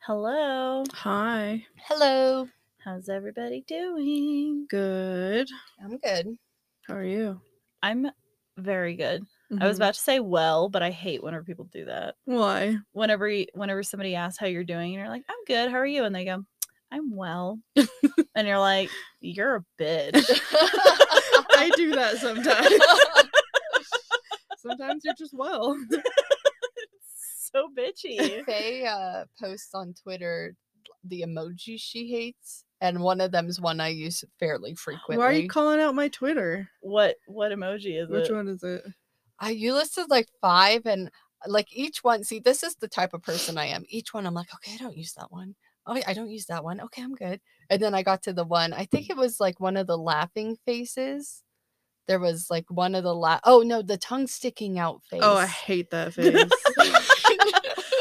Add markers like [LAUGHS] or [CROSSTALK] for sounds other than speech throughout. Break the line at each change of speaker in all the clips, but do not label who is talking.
Hello.
Hi.
Hello.
How's everybody doing?
Good.
I'm [LAUGHS] good.
How are you?
I'm very good. I was
Mhm.
about to say well, but I hate whenever people do that. [LAUGHS]
Why?
Whenever y- whenever somebody asks how you're doing, and you're like, "I'm good. How are you?" and they go, "I'm [LAUGHS] well," and you're like, "You're a bitch." [LAUGHS]
I do that sometimes. sometimes you're just well. [LAUGHS]
so bitchy. [LAUGHS]
Faye uh, posts on Twitter the emojis she hates, and one of them's one I use fairly frequently.
Why are you calling out my Twitter?
What what emoji is
Which
it?
one is it?
I you listed like five, and uh, like each one. See, this is the type of person I am. Each one, I'm like, okay, I don't use that one. Oh, I don't use that one. Okay, I'm good. And then I got to the one. I think it was like one of the laughing faces. There was like one of the la. Oh no, the tongue sticking out face.
Oh, I hate that face.
[LAUGHS]
[LAUGHS]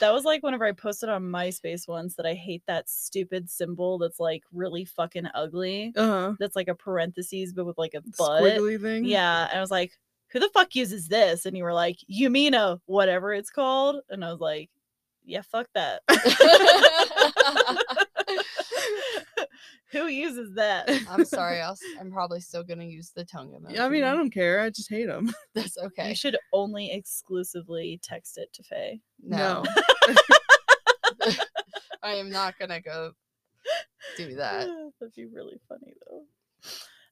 That was like whenever I posted on MySpace once that I hate that stupid symbol that's like really fucking ugly.
uh huh.
That's like a parentheses but with like a butt.
Squiggly thing.
Yeah. And I was like, who the fuck uses this? And you were like, you mean a whatever it's called? And I was like, yeah, fuck that. [LAUGHS] who uses
[LAUGHS]
that? [LAUGHS]
[LAUGHS]
I'm sorry. I'll, s- I'm probably still gonna use the tongue emoji.
Yeah, I
mm-hmm.
mean, I don't care. I just hate them.
[LAUGHS] That's
You
okay.
should only exclusively text it to Faye.
No,
No.
[LAUGHS] I am not gonna go
[LAUGHS]
do that.
[LAUGHS] That'd be really funny though.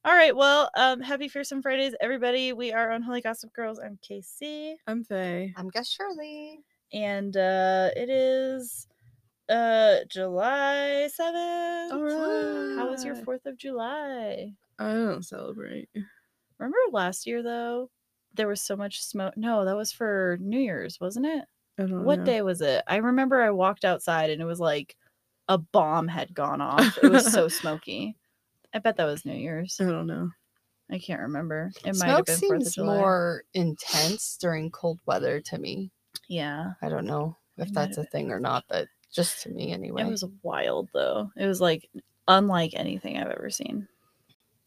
All right, well, um, happy Fearsome Fridays, everybody. We are on Holy Gossip Girls. I'm KC,
[LAUGHS] I'm Faye.
I'm Gus Shirley.
and uh, it is uh, July 7th. How was your
Alright.
4th of July?
I don't celebrate.
Remember last year though, there was so much smoke. No, that was for New Year's, wasn't it?
I
Oh,
don't
What
know.
day was it? I remember I walked outside and it was like a bomb had
[LAUGHS]
gone off. It was so smoky. I bet that was New Year's.
I don't know.
I can't remember. It might have
Smoke
been Fourth of
seems
July.
more intense during cold weather to me.
Yeah,
I don't know if
might
that's
have
a thing or not, but just to me anyway.
it was wild though. It was like unlike anything I've ever seen.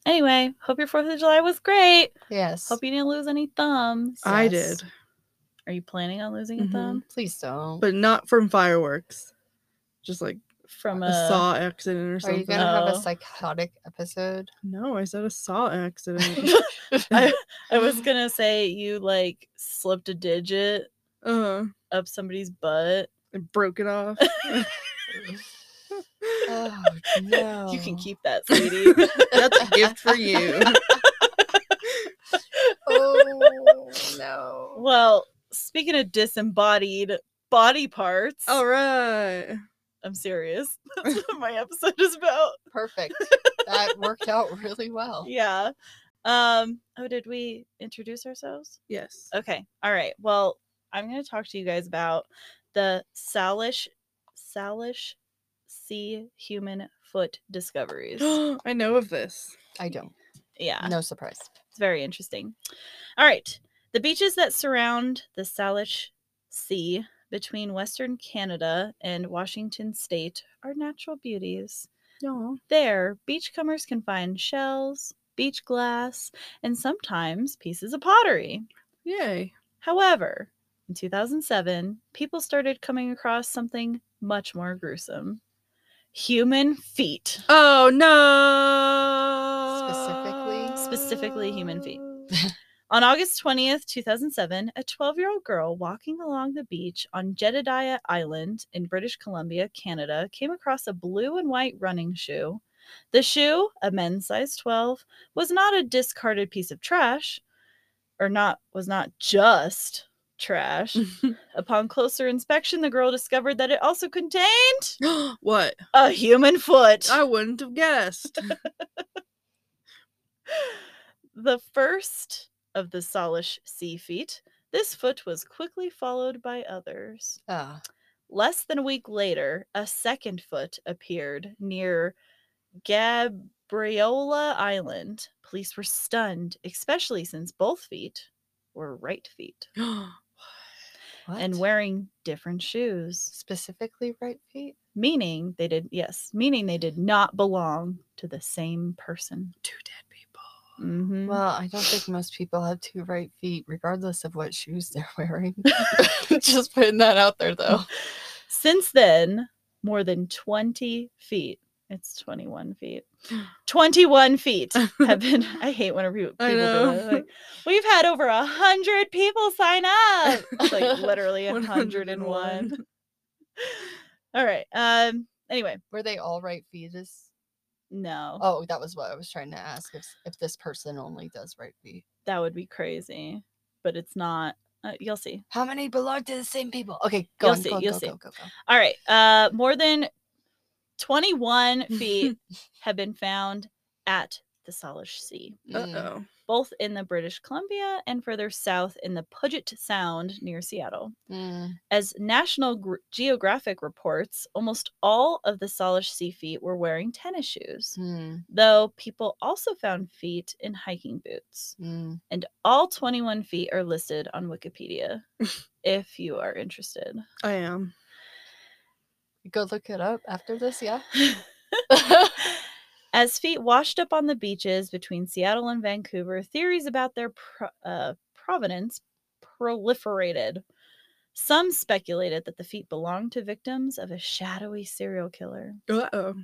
Anyway, hope your Fourth of July was great.
yes.
Hope you didn't lose any thumbs.
Uh,
I
Yes.
did,
Are you planning on losing a
mm-hmm.
Mhm.
thumb
Please don't.
but not from fireworks. Just like
from
a,
a?
saw accident or
Are
something.
you gonna have
Oh.
a psychotic
[LAUGHS]
episode?
No, I said a
[LAUGHS]
saw accident. [LAUGHS]
[LAUGHS]
I, I was gonna say you like slipped a digit
uh,
up somebody's butt.
I broke it off.
Oh no.
You
Oh.
can keep that, sweetie.
That's a gift for you.
Oh no.
well, speaking of disembodied body parts,
[LAUGHS] All right.
I'm serious. [LAUGHS] That's what my episode is about. [LAUGHS]
Perfect. That worked out really well.
Yeah. Um. Oh, did we introduce ourselves?
[GASPS] Yes.
Okay. All right. Well, I'm going to talk to you guys about the Salish Salish sea human foot
[GASPS]
discoveries.
I know of this.
I don't.
yeah.
No surprise.
It's very interesting. All right. The beaches that surround the Salish Sea between Western Canada and Washington state are natural beauties.
No.
There, beachcombers can find shells, beach glass, and sometimes pieces of pottery.
Yay.
However, in 2007, people started coming across something much more gruesome human feet.
Oh no.
Specifically human feet. On August 20th, 2007, a 12 year old girl walking along the beach on Jedediah Island in British Columbia, Canada, came across a blue and white running shoe. The shoe, a men's size 12, was not a discarded piece of trash, or not was not just
[LAUGHS]
trash. Upon closer inspection, the girl discovered that it also contained
[LAUGHS] what?
a human foot.
I wouldn't
[LAUGHS]
have guessed. [GASPS]
The first of the Salish sea feet, this foot was quickly followed by others.
Ah,
Less than a week later, a second foot appeared near Gabriola Island. Police were stunned, especially since both feet were right feet
what?
and wearing different shoes,
specifically right feet?
meaning they did, yes, meaning they did not belong to the same person.
Two dead people.
Mhm.
Well, I don't think most people have two right feet, regardless
[LAUGHS]
of [LAUGHS] what shoes they're wearing. Just putting that out there, though.
Since then, more than 20 feet. It's 21
[GASPS]
feet. 21 feet have
[LAUGHS]
been. I hate when people, people
I
do that.
know.
They're like, We've had over a hundred people sign up. It's
[LAUGHS]
like literally a
101. [LAUGHS]
101. All right. Um. Anyway,
Were they all right fetus?
no,
Oh, that was what I was trying to ask. If s- if this person only does right feet,
that would be crazy, but it's not. Uh, you'll see.
how many belong to the same people? Okay, go
You'll
on,
see,
Go on,
you'll
go,
see.
Go, go, go.
All right. Uh, more than 21
[LAUGHS]
feet have been found at the Salish Sea,
Uh
Mm.
oh.
both in the British Columbia and further south in the Puget Sound near Seattle.
Mm.
As National Gr- Geographic reports, almost all of the Salish Sea feet were wearing tennis shoes,
Mm.
though people also found feet in hiking boots.
Mm.
And all 21 feet are listed on Wikipedia [LAUGHS] if you are interested. [LAUGHS]
I am.
Go look it up after
[LAUGHS]
this. Yeah. [LAUGHS]
As feet washed up on the beaches between Seattle and Vancouver, theories about their pro- uh, provenance proliferated. Some speculated that the feet belonged to victims of a shadowy serial killer.
Uh oh.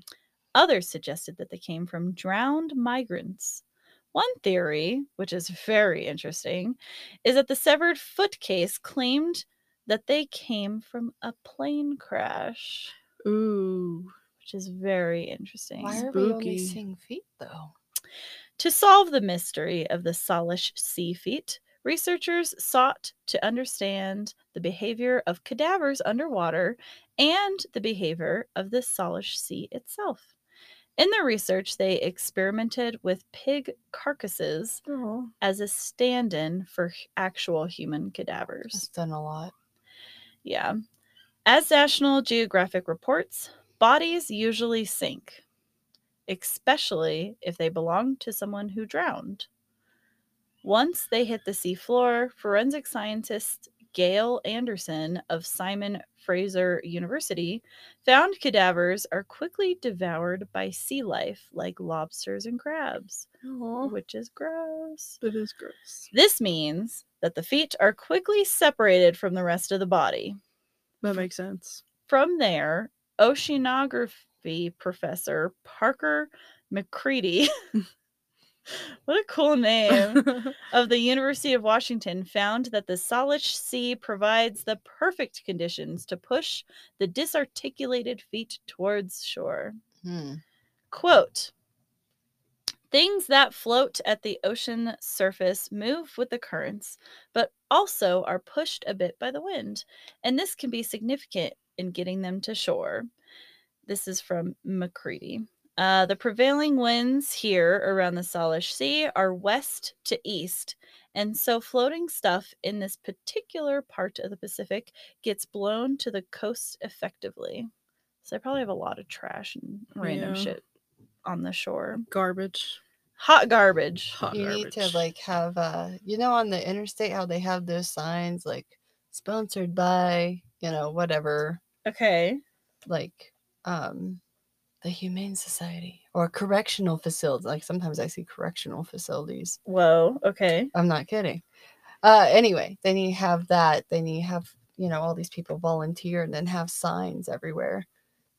Others suggested that they came from drowned migrants. One theory, which is very interesting, is that the severed foot case claimed that they came from a plane crash,
Ooh.
which is very interesting.
Why are we only
Spooky.
seeing feet though?
To solve the mystery of the Salish sea feet, researchers sought to understand the behavior of cadavers underwater and the behavior of the Salish sea itself. In their research, they experimented with pig carcasses
Oh.
as a stand in for h- actual human cadavers.
It's done a lot.
Yeah. As National Geographic reports, bodies usually sink, especially if they belong to someone who drowned. Once they hit the seafloor, forensic scientist Gail Anderson of Simon Fraser University found cadavers are quickly devoured by sea life like lobsters and crabs,
Oh.
which is gross.
That is gross.
This means that the feet are quickly separated from the rest of the body.
That makes sense.
From there, oceanography professor Parker McCready, [LAUGHS] what a cool
[LAUGHS]
name, of the University of Washington found that the Salish Sea provides the perfect conditions to push the disarticulated feet towards shore.
Hmm.
Quote Things that float at the ocean surface move with the currents, but also are pushed a bit by the wind, and this can be significant in getting them to shore. This is from McCready. Uh, the prevailing winds here around the Salish Sea are west to east, and so floating stuff in this particular part of the Pacific gets blown to the coast effectively. So I probably have a lot of trash and random
Yeah.
shit on the shore.
Garbage.
Hot garbage.
Hot
You
garbage.
need to like have uh you know on the interstate how they have those signs like sponsored by, you know, whatever,
Okay.
like um the Humane Society or correctional facilities. Like sometimes I see correctional facilities.
Whoa. Okay.
I'm not kidding. Uh anyway, then you have that, then you have, you know, all these people volunteer and then have signs everywhere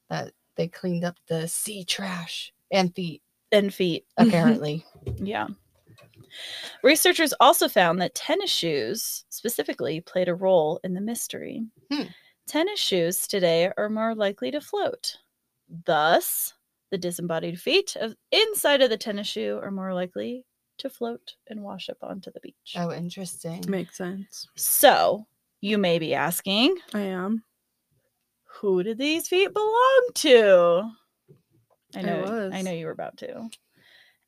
that they cleaned up the sea trash
[LAUGHS]
and feet,
And feet.
apparently.
Yeah. Researchers also found that tennis shoes specifically played a role in the mystery.
Hmm.
Tennis shoes today are more likely to float. Thus, the disembodied feet of inside of the tennis shoe are more likely to float and wash up onto the beach.
oh, interesting.
Makes sense.
So, you may be asking,
I am.
who did these feet belong to? I
I
know, I
was.
know you were about to.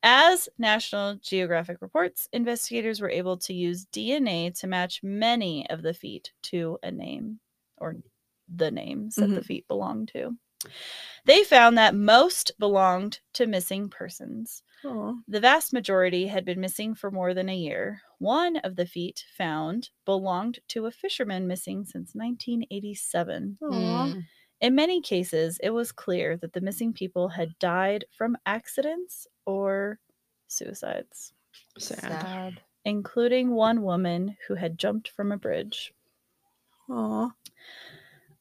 As National Geographic reports, investigators were able to use DNA to match many of the feet to a name or the names that the feet belong to. They found that most belonged to missing persons.
Oh.
The vast majority had been missing for more than a year. One of the feet found belonged to a fisherman missing since 1987.
Mm.
In many cases, it was clear that the missing people had died from accidents or suicides,
Sad.
Sad.
including one woman who had jumped from a bridge.
Aw.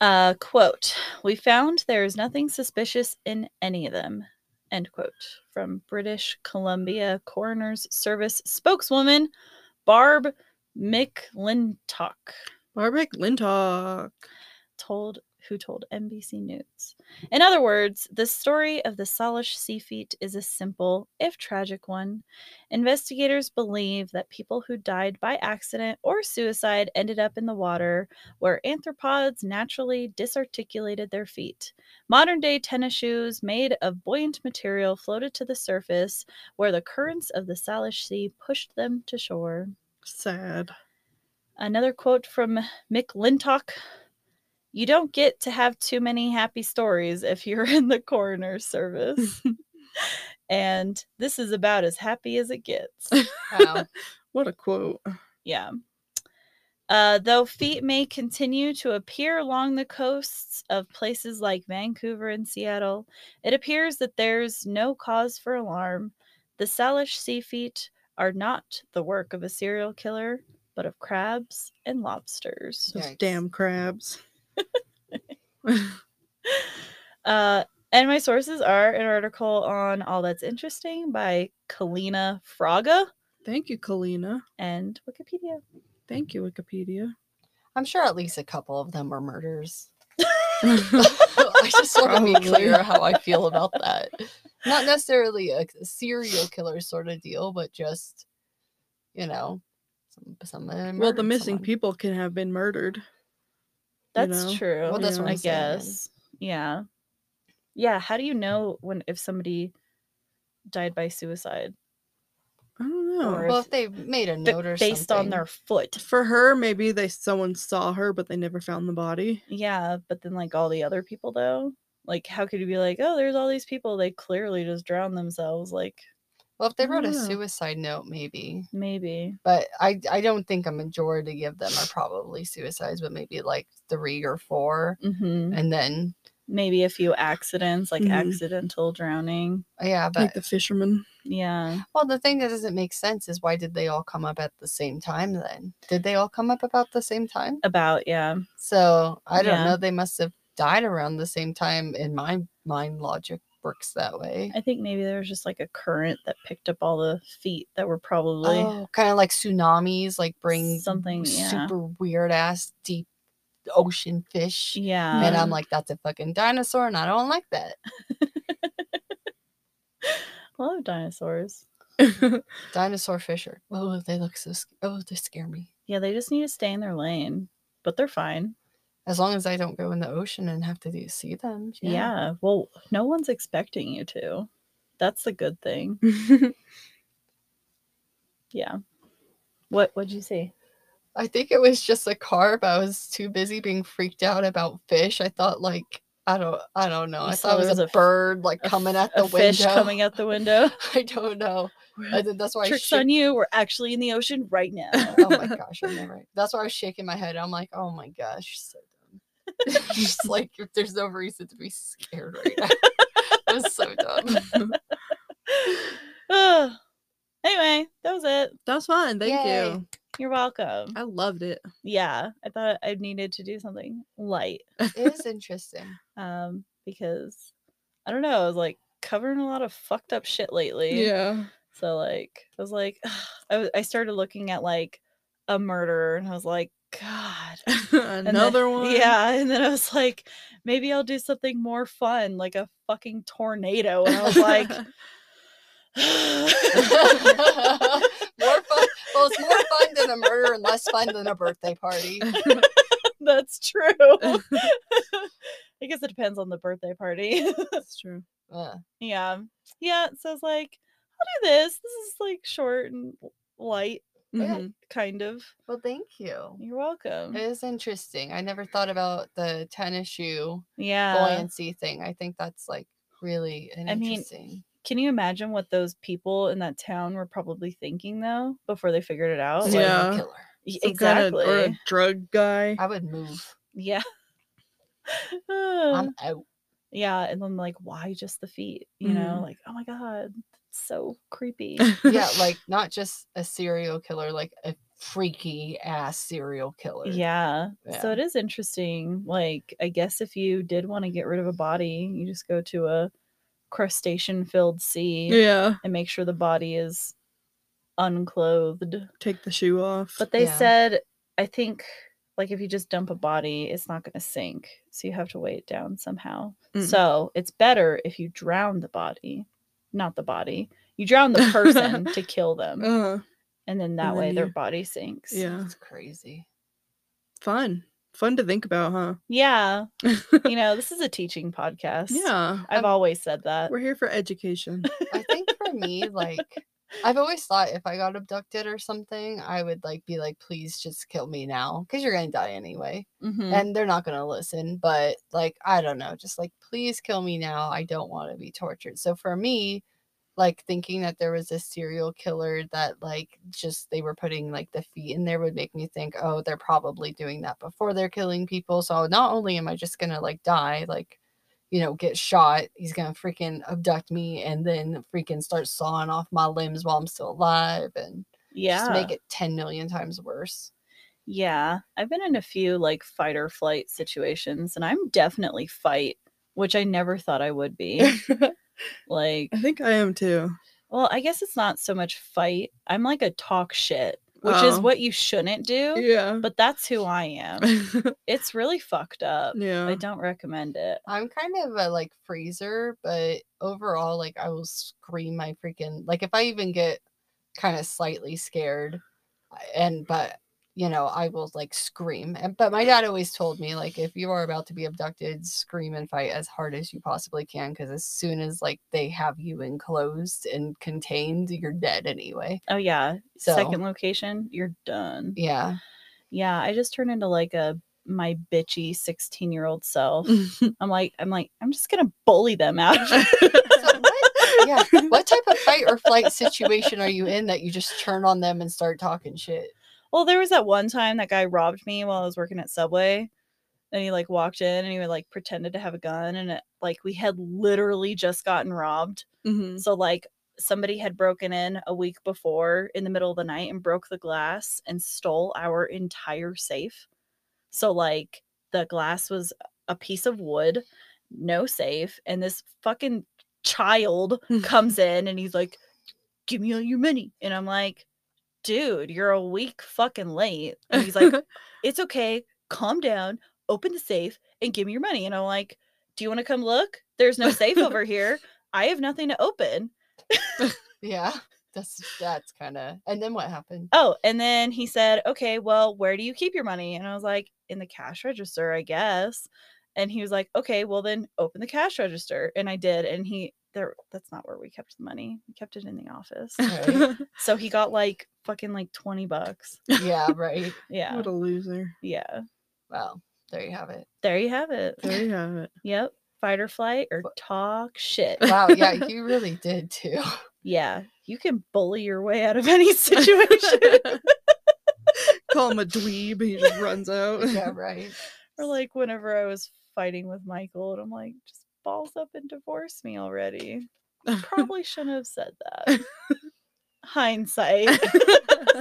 Uh, quote, we found there is nothing suspicious in any of them, end quote, from British Columbia Coroner's Service spokeswoman Barb McLintock
Barbic Lintock.
told who told NBC News. In other words, the story of the Salish sea feet is a simple, if tragic one. Investigators believe that people who died by accident or suicide ended up in the water where anthropods naturally disarticulated their feet. Modern day tennis shoes made of buoyant material floated to the surface where the currents of the Salish Sea pushed them to shore.
Sad.
Another quote from Mick Lintock You don't get to have too many happy stories if you're [LAUGHS] in the coroner's service. and this is about as happy as it gets.
[LAUGHS]
Wow.
What a quote.
Yeah. Uh, though feet may continue to appear along the coasts of places like Vancouver and Seattle, it appears that there's no cause for alarm. The Salish sea feet are not the work of a serial killer, but of crabs and lobsters.
Those
Yikes.
damn crabs. [LAUGHS]
Uh, and my sources are an article on All That's Interesting by Kalina Fraga
Thank you, Kalina.
and Wikipedia.
Thank you, Wikipedia. [LAUGHS]
I'm sure at least a couple of them were murders. I just want to be
Probably.
clear how I feel about that.
[LAUGHS]
Not necessarily a serial killer sort of deal, but just, you know, some, someone.
well, the
murdered
missing
someone.
people can have been murdered. you
That's
know?
true.
Well, that's
Yeah.
what
I
I'm saying, man.
guess. Yeah. Yeah. How do you know when if somebody died by suicide
I don't know.
Or
Well,
if-
if they made a
B-
note or
based on their
something.
foot?
For her, maybe they someone saw her, but they never found the body.
Yeah, but then like all the other people though, like how could you be like, oh, there's all these people they clearly just drowned themselves? Like
Well, if
I
they wrote a
don't know.
suicide note, maybe.
maybe.
But I, I don't think a majority of them are probably suicides, but maybe like three or four.
Mm-hmm.
hmm
And then,
Maybe a few accidents, like
Mhm.
Mm-hmm.
accidental drowning.
yeah, but
Like the fisherman. [LAUGHS]
Yeah.
Well, the thing that doesn't make sense is why did they all come up at the same time then? Did they all come up about the same time?
About, yeah.
So I don't
Uh, Yeah.
know. They must have died around the same time. In my mind, logic works that way.
I think maybe there was just like a current that picked up all the feet that were probably
Oh, kind of like tsunamis, like bring
something. Yeah.
super weird ass deep ocean fish.
Yeah.
And I'm
Yeah.
like, that's a fucking dinosaur, and I don't like that.
I love dinosaurs.
Dinosaur fish are, oh, they look so, sc- oh, they scare me.
Yeah, they just need to stay in their lane, but they're fine.
As long as I don't go in the ocean and have to do, see them.
Yeah. Well, no one's expecting you to. That's the good thing. Yeah. What what'd you say?
I think it was just a carb. I was too busy being freaked out about fish. I thought like I don't I don't know.
You
I
saw
thought it
there was
was a,
a f-
bird like
A
coming
f-
at the
a fish
window.
coming out the window.
[LAUGHS] I don't know. I think that's why
Tricks
I
on you. We're actually in the ocean right
[LAUGHS]
now.
shook- Oh my gosh, I never. That's why I was shaking my head. I'm like, oh my gosh, you're so dumb. [LAUGHS]
[LAUGHS]
just like there's no reason to be scared right now. [LAUGHS] I was
[LAUGHS]
so dumb. Oh.
Ugh. [SIGHS] anyway, that was it.
That's fine. Thank
Yay.
you.
You're welcome.
I loved it.
yeah, I thought I needed to do something light.
It is interesting.
um because i don't know i was like covering a lot of fucked up shit lately
Yeah.
so like i was like [SIGHS] I was- I started looking at like a murderer and i was like god
[LAUGHS]
and then- [LAUGHS]
Another one. [LAUGHS]
yeah and then i was like maybe i'll do something more fun like a fucking tornado and i was like
[LAUGHS]
[LAUGHS]
[LAUGHS]
more fun. Well, it's more fun than a murder and less fun than a birthday party.
that's true [LAUGHS] i guess it depends on the birthday party
That's [LAUGHS] true.
Uh,
yeah yeah so i was like i'll do this this is like short and light
Yeah.
Mhm.
kind of.
well, thank you.
You're welcome.
It is interesting. I never thought about the tennis shoe
yeah.
buoyancy thing. I think that's like really an
Uh-huh. I mean,
interesting.
Can you imagine what those people in that town were probably thinking though before they figured it out?
serial
Like,
Yeah.
killer.
y-
Some kinda-
exactly.
or a drug guy.
I would move.
[LAUGHS] yeah.
I'm
Um, [LAUGHS]
out.
[SIGHS] yeah, and then like why just the feet? You know, like oh my god, that's so creepy.
[LAUGHS]
Yeah, like not just a serial killer, like a freaky ass serial killer.
Yeah. So
Yeah.
it is interesting. Like, I guess if you did want to get rid of a body, you just go to a crustacean filled sea
Yeah.
and make sure the body is unclothed.
Take the shoe off.
But they
Yeah.
said, I think, like, if you just dump a body, it's not going to sink. So you have to weigh it down somehow.
Mm.
So it's better if you drown the body, not the body. You drown the
[LAUGHS]
person to kill them.
uh,
And then that
then
way their
you-
body sinks.
yeah.
That's crazy.
Fun. Fun to think about, huh?
Yeah. you know, this is a teaching podcast.
[LAUGHS] Yeah.
I've
I'm-
always said that.
We're here for [LAUGHS] education.
I think for me, like I've always thought if I got abducted or something, I would like be like, please just kill me now. Cause you're gonna die anyway.
Mhm.
And they're not gonna listen. But like, I don't know, just like please kill me now. I don't want to be tortured. So for me, like thinking that there was a serial killer that like just they were putting like the feet in there would make me think, oh, they're probably doing that before they're killing people. So not only am I just gonna like die, like you know, get shot, he's gonna freaking abduct me and then freaking start sawing off my limbs while I'm still alive and
yeah.
just make it ten million times worse.
Yeah, I've been in a few like fight or flight situations, and I'm definitely fight, which I never thought I would
[LAUGHS]
be.
I
like,
[LAUGHS] think I am too.
well, I guess it's not so much fight. I'm like a talk shit, which is
Oh.
what you shouldn't do,
Yeah.
but that's who I
[LAUGHS]
am. It's really fucked up. I
yeah.
don't recommend it.
I'm kind of a like freezer, but overall, like I will scream my freaking like if I even get kind of slightly scared, I- and but you know I will like scream. And but my dad always told me like if you are about to be abducted, scream and fight as hard as you possibly can because as soon as like they have you enclosed and contained, you're dead anyway.
Oh, yeah.
So
Second location, you're done.
yeah,
Yeah, I just turned into like a my bitchy 16 year old self. I'm like, I'm like, I'm just gonna bully them out. of it.
[LAUGHS]
So what? yeah. What type of fight or flight situation are you in that you just turn on them and start talking shit?
Well, there was that one time that guy robbed me while I was working at Subway. And he like walked in and he would like pretended to have a gun and it, like we had literally just gotten robbed.
Mhm.
So like somebody had broken in a week before in the middle of the night and broke the glass and stole our entire safe. So like the glass was a piece of wood, no safe, and this fucking child comes in and he's like, "Give me all your money," and I'm like, "Dude, you're a week fucking late." And he's
[LAUGHS]
like, "It's okay, calm down, open the safe, and give me your money." And I'm like, "Do you want to come look? There's no safe over here. I have nothing to open."
Yeah, [LAUGHS] that's that's kind of. And then
[LAUGHS]
what happened?
Oh, and then he said, "Okay, well, where do you keep your money?" And I was like, "In the cash register, I guess." And he was like, "Okay, well then open the cash register." And I did, and he there that's not where we kept the money. We kept it in the
[LAUGHS]
office.
Right.
so he got like fucking like 20 bucks.
yeah, right.
Yeah.
What a loser.
Yeah.
Well, there you have it.
There you have it.
There you have [LAUGHS] it.
Yep. Fight or flight or talk shit.
Wow, yeah, you really did too. [LAUGHS]
Yeah. You can bully your way out of any [LAUGHS]
[LAUGHS]
situation.
Call him a dweeb. He just runs out.
yeah, right.
or like whenever I was fighting with Michael and I'm like, just balls up and divorce me already.
[LAUGHS]
Probably shouldn't have said that.
[LAUGHS]
Hindsight.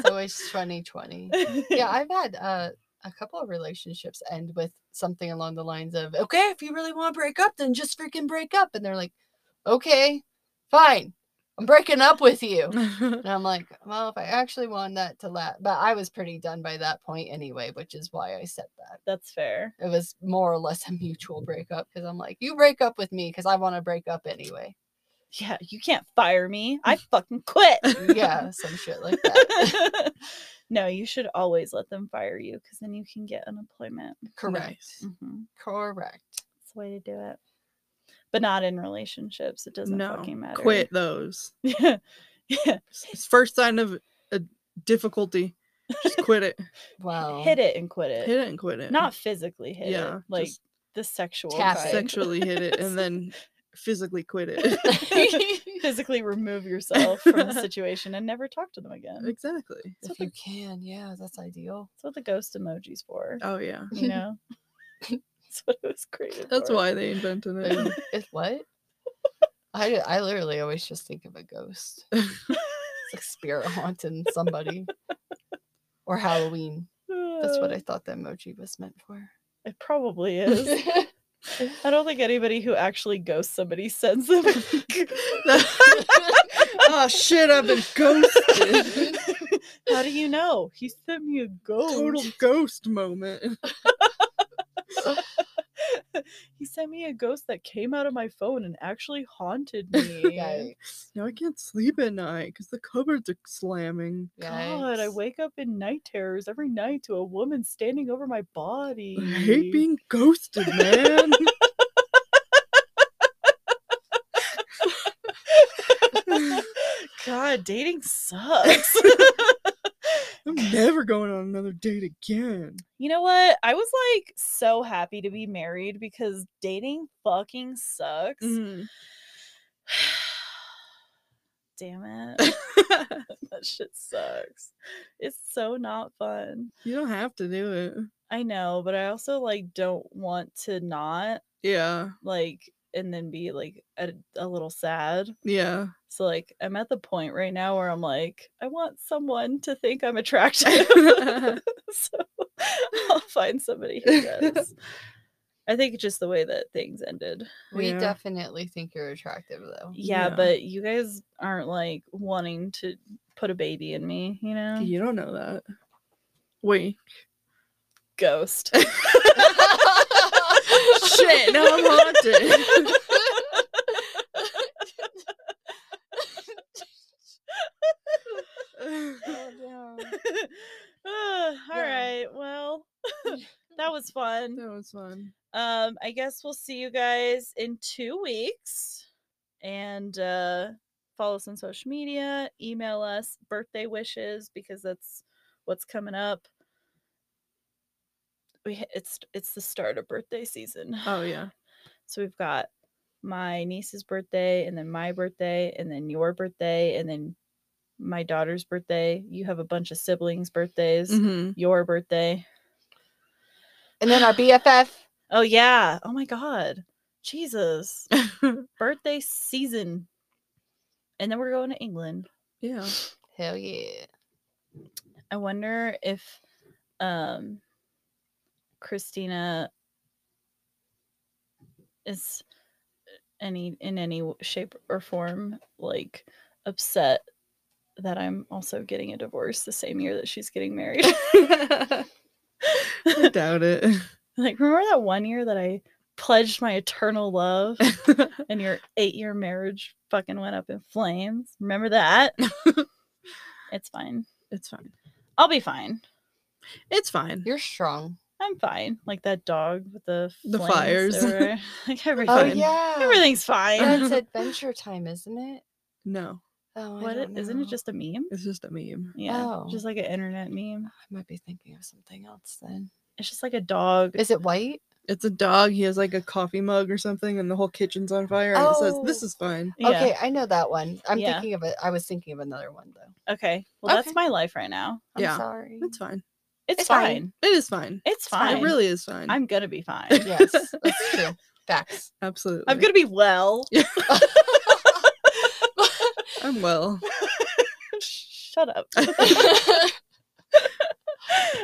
So it's 2020.
[LAUGHS]
Yeah, I've had uh, a couple of relationships end with something along the lines of, "Okay, if you really want to break up, then just freaking break up." And they're like, "Okay, fine, I'm breaking up with you."
[LAUGHS]
And I'm like, well, if I actually wanted that to last, but I was pretty done by that point anyway, which is why I said that.
That's fair.
it was more or less a mutual breakup because I'm like, you break up with me because I want to break up anyway.
Yeah, you can't fire me. I fucking quit.
[LAUGHS]
[LAUGHS]
Yeah, some shit like that.
no, you should always let them fire you because then you can get unemployment.
Correct.
Nice.
Mhm.
Correct.
That's the way to do it. But not in relationships. It doesn't
No.
fucking matter.
Quit those.
yeah. [LAUGHS] Yeah.
It's first sign of a difficulty. Just quit it.
Wow.
[LAUGHS]
[LAUGHS]
Hit it and quit it.
Oh. Hit it and quit it.
Not physically hit
Yeah,
it. Like
just
the sexual
tap it.
kind.
sexually hit it
[LAUGHS]
and then physically quit it. [LAUGHS]
physically remove yourself from the situation and never talk to them again. That's
exactly.
what
if
the,
you can, yeah, that's ideal.
that's what the ghost emoji's for.
Oh yeah.
[LAUGHS]
You know? that's what it was created
That's
for. [SIGHS]
why they invented it.
If what? I, I literally always just think of a ghost, It's like spirit haunting somebody or Halloween. That's what I
Uh,
thought the emoji was meant for.
It
[LAUGHS]
probably is. I don't think anybody who actually ghosts somebody [LAUGHS] sends them.
[LAUGHS]
[LAUGHS] oh shit, I've been
[LAUGHS]
ghosted.
[LAUGHS] How do you know? He sent me a ghost.
Total ghost moment.
He sent me a ghost that came out of my phone and actually haunted me.
[LAUGHS] Yikes.
Now I can't sleep at night because the cupboards are slamming.
God, I
Yikes.
wake up in night terrors every night to a woman standing over my
[LAUGHS]
body.
I hate [LAUGHS] being ghosted, man.
God, dating sucks. [LAUGHS]
I'm never going on another date again.
you know what? I was like so happy to be married because dating fucking sucks.
Mm-hmm.
[SIGHS]
Mm. [LAUGHS]
Damn
[LAUGHS]
it. that shit sucks. It's so not fun.
You don't have to do it.
I know, but I also like don't want to not
Yeah.
like and then be like a, a little sad.
Yeah.
So like I'm at the point right now where I'm like I want someone to think I'm attractive. [LAUGHS] so I'll find somebody who does. I think just the way that things ended.
We
Yeah.
definitely think you're
[LAUGHS]
attractive though.
Yeah,
Yeah.
but you guys aren't like wanting to put a baby in me, you know?
You don't know that. Wait.
Ghost. [LAUGHS]
[LAUGHS] Shit,
[LAUGHS]
now I'm [LAUGHS] haunted.
Oh, no.
Ah, All
Yeah.
right. Well, [LAUGHS] that was fun.
that was fun.
Um, I guess we'll see you guys in two weeks. And uh follow us on social media, email us birthday wishes because that's what's coming up. We ha- it's it's the start of birthday season.
Oh yeah.
So we've got my niece's birthday and then my birthday and then your birthday and then my daughter's birthday. You have a bunch of siblings' birthdays.
Mhm.
Your birthday.
and then our BFF.
Oh yeah. Oh my god. Jesus.
Mm-hmm. [LAUGHS]
birthday season. And then we're going to England.
yeah.
Hell
[LAUGHS]
yeah.
I wonder if um Christina is uh, any in any w- shape or form like upset that I'm also getting a divorce the same year that she's getting married. [LAUGHS]
I doubt it.
like remember that one year that I pledged my eternal
[LAUGHS]
love and your 8-year marriage fucking went up in flames. Remember that? it's fine.
it's fine.
I'll be fine.
It's fine.
You're strong.
I'm fine. Like that dog with the
The
flames
fires.
everywhere. [LAUGHS] like everything.
Oh
fine.
yeah.
Everything's fine.
That's adventure time, isn't it?
No,
Oh,
[LAUGHS]
I
What
don't
it, isn't it
know.
just a meme?
it's just a meme.
Yeah.
Oh.
Just like an internet meme.
I might be thinking of something else then.
It's just like a dog.
Is it white?
It's a dog. He has like a coffee mug or something, and the whole kitchen's on fire. And it says, "This
Oh.
is fine."
Yeah.
Okay, I know that one. I'm
Yeah.
thinking of it. I was thinking of another one though.
Okay. Well,
Okay.
that's my life right now.
I'm
Yeah.
sorry.
It's fine.
It's,
It's
fine.
fine.
It is fine.
It's
fine.
fine.
It really is
[LAUGHS]
fine.
I'm going to be fine.
[LAUGHS]
[LAUGHS]
Yes, that's true. Facts.
Absolutely.
I'm going to be well.
I'm well.
[LAUGHS] Shut up. [LAUGHS] All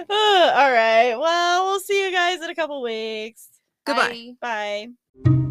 right. Well, we'll see you guys in a couple weeks.
Goodbye.
Bye.
Bye.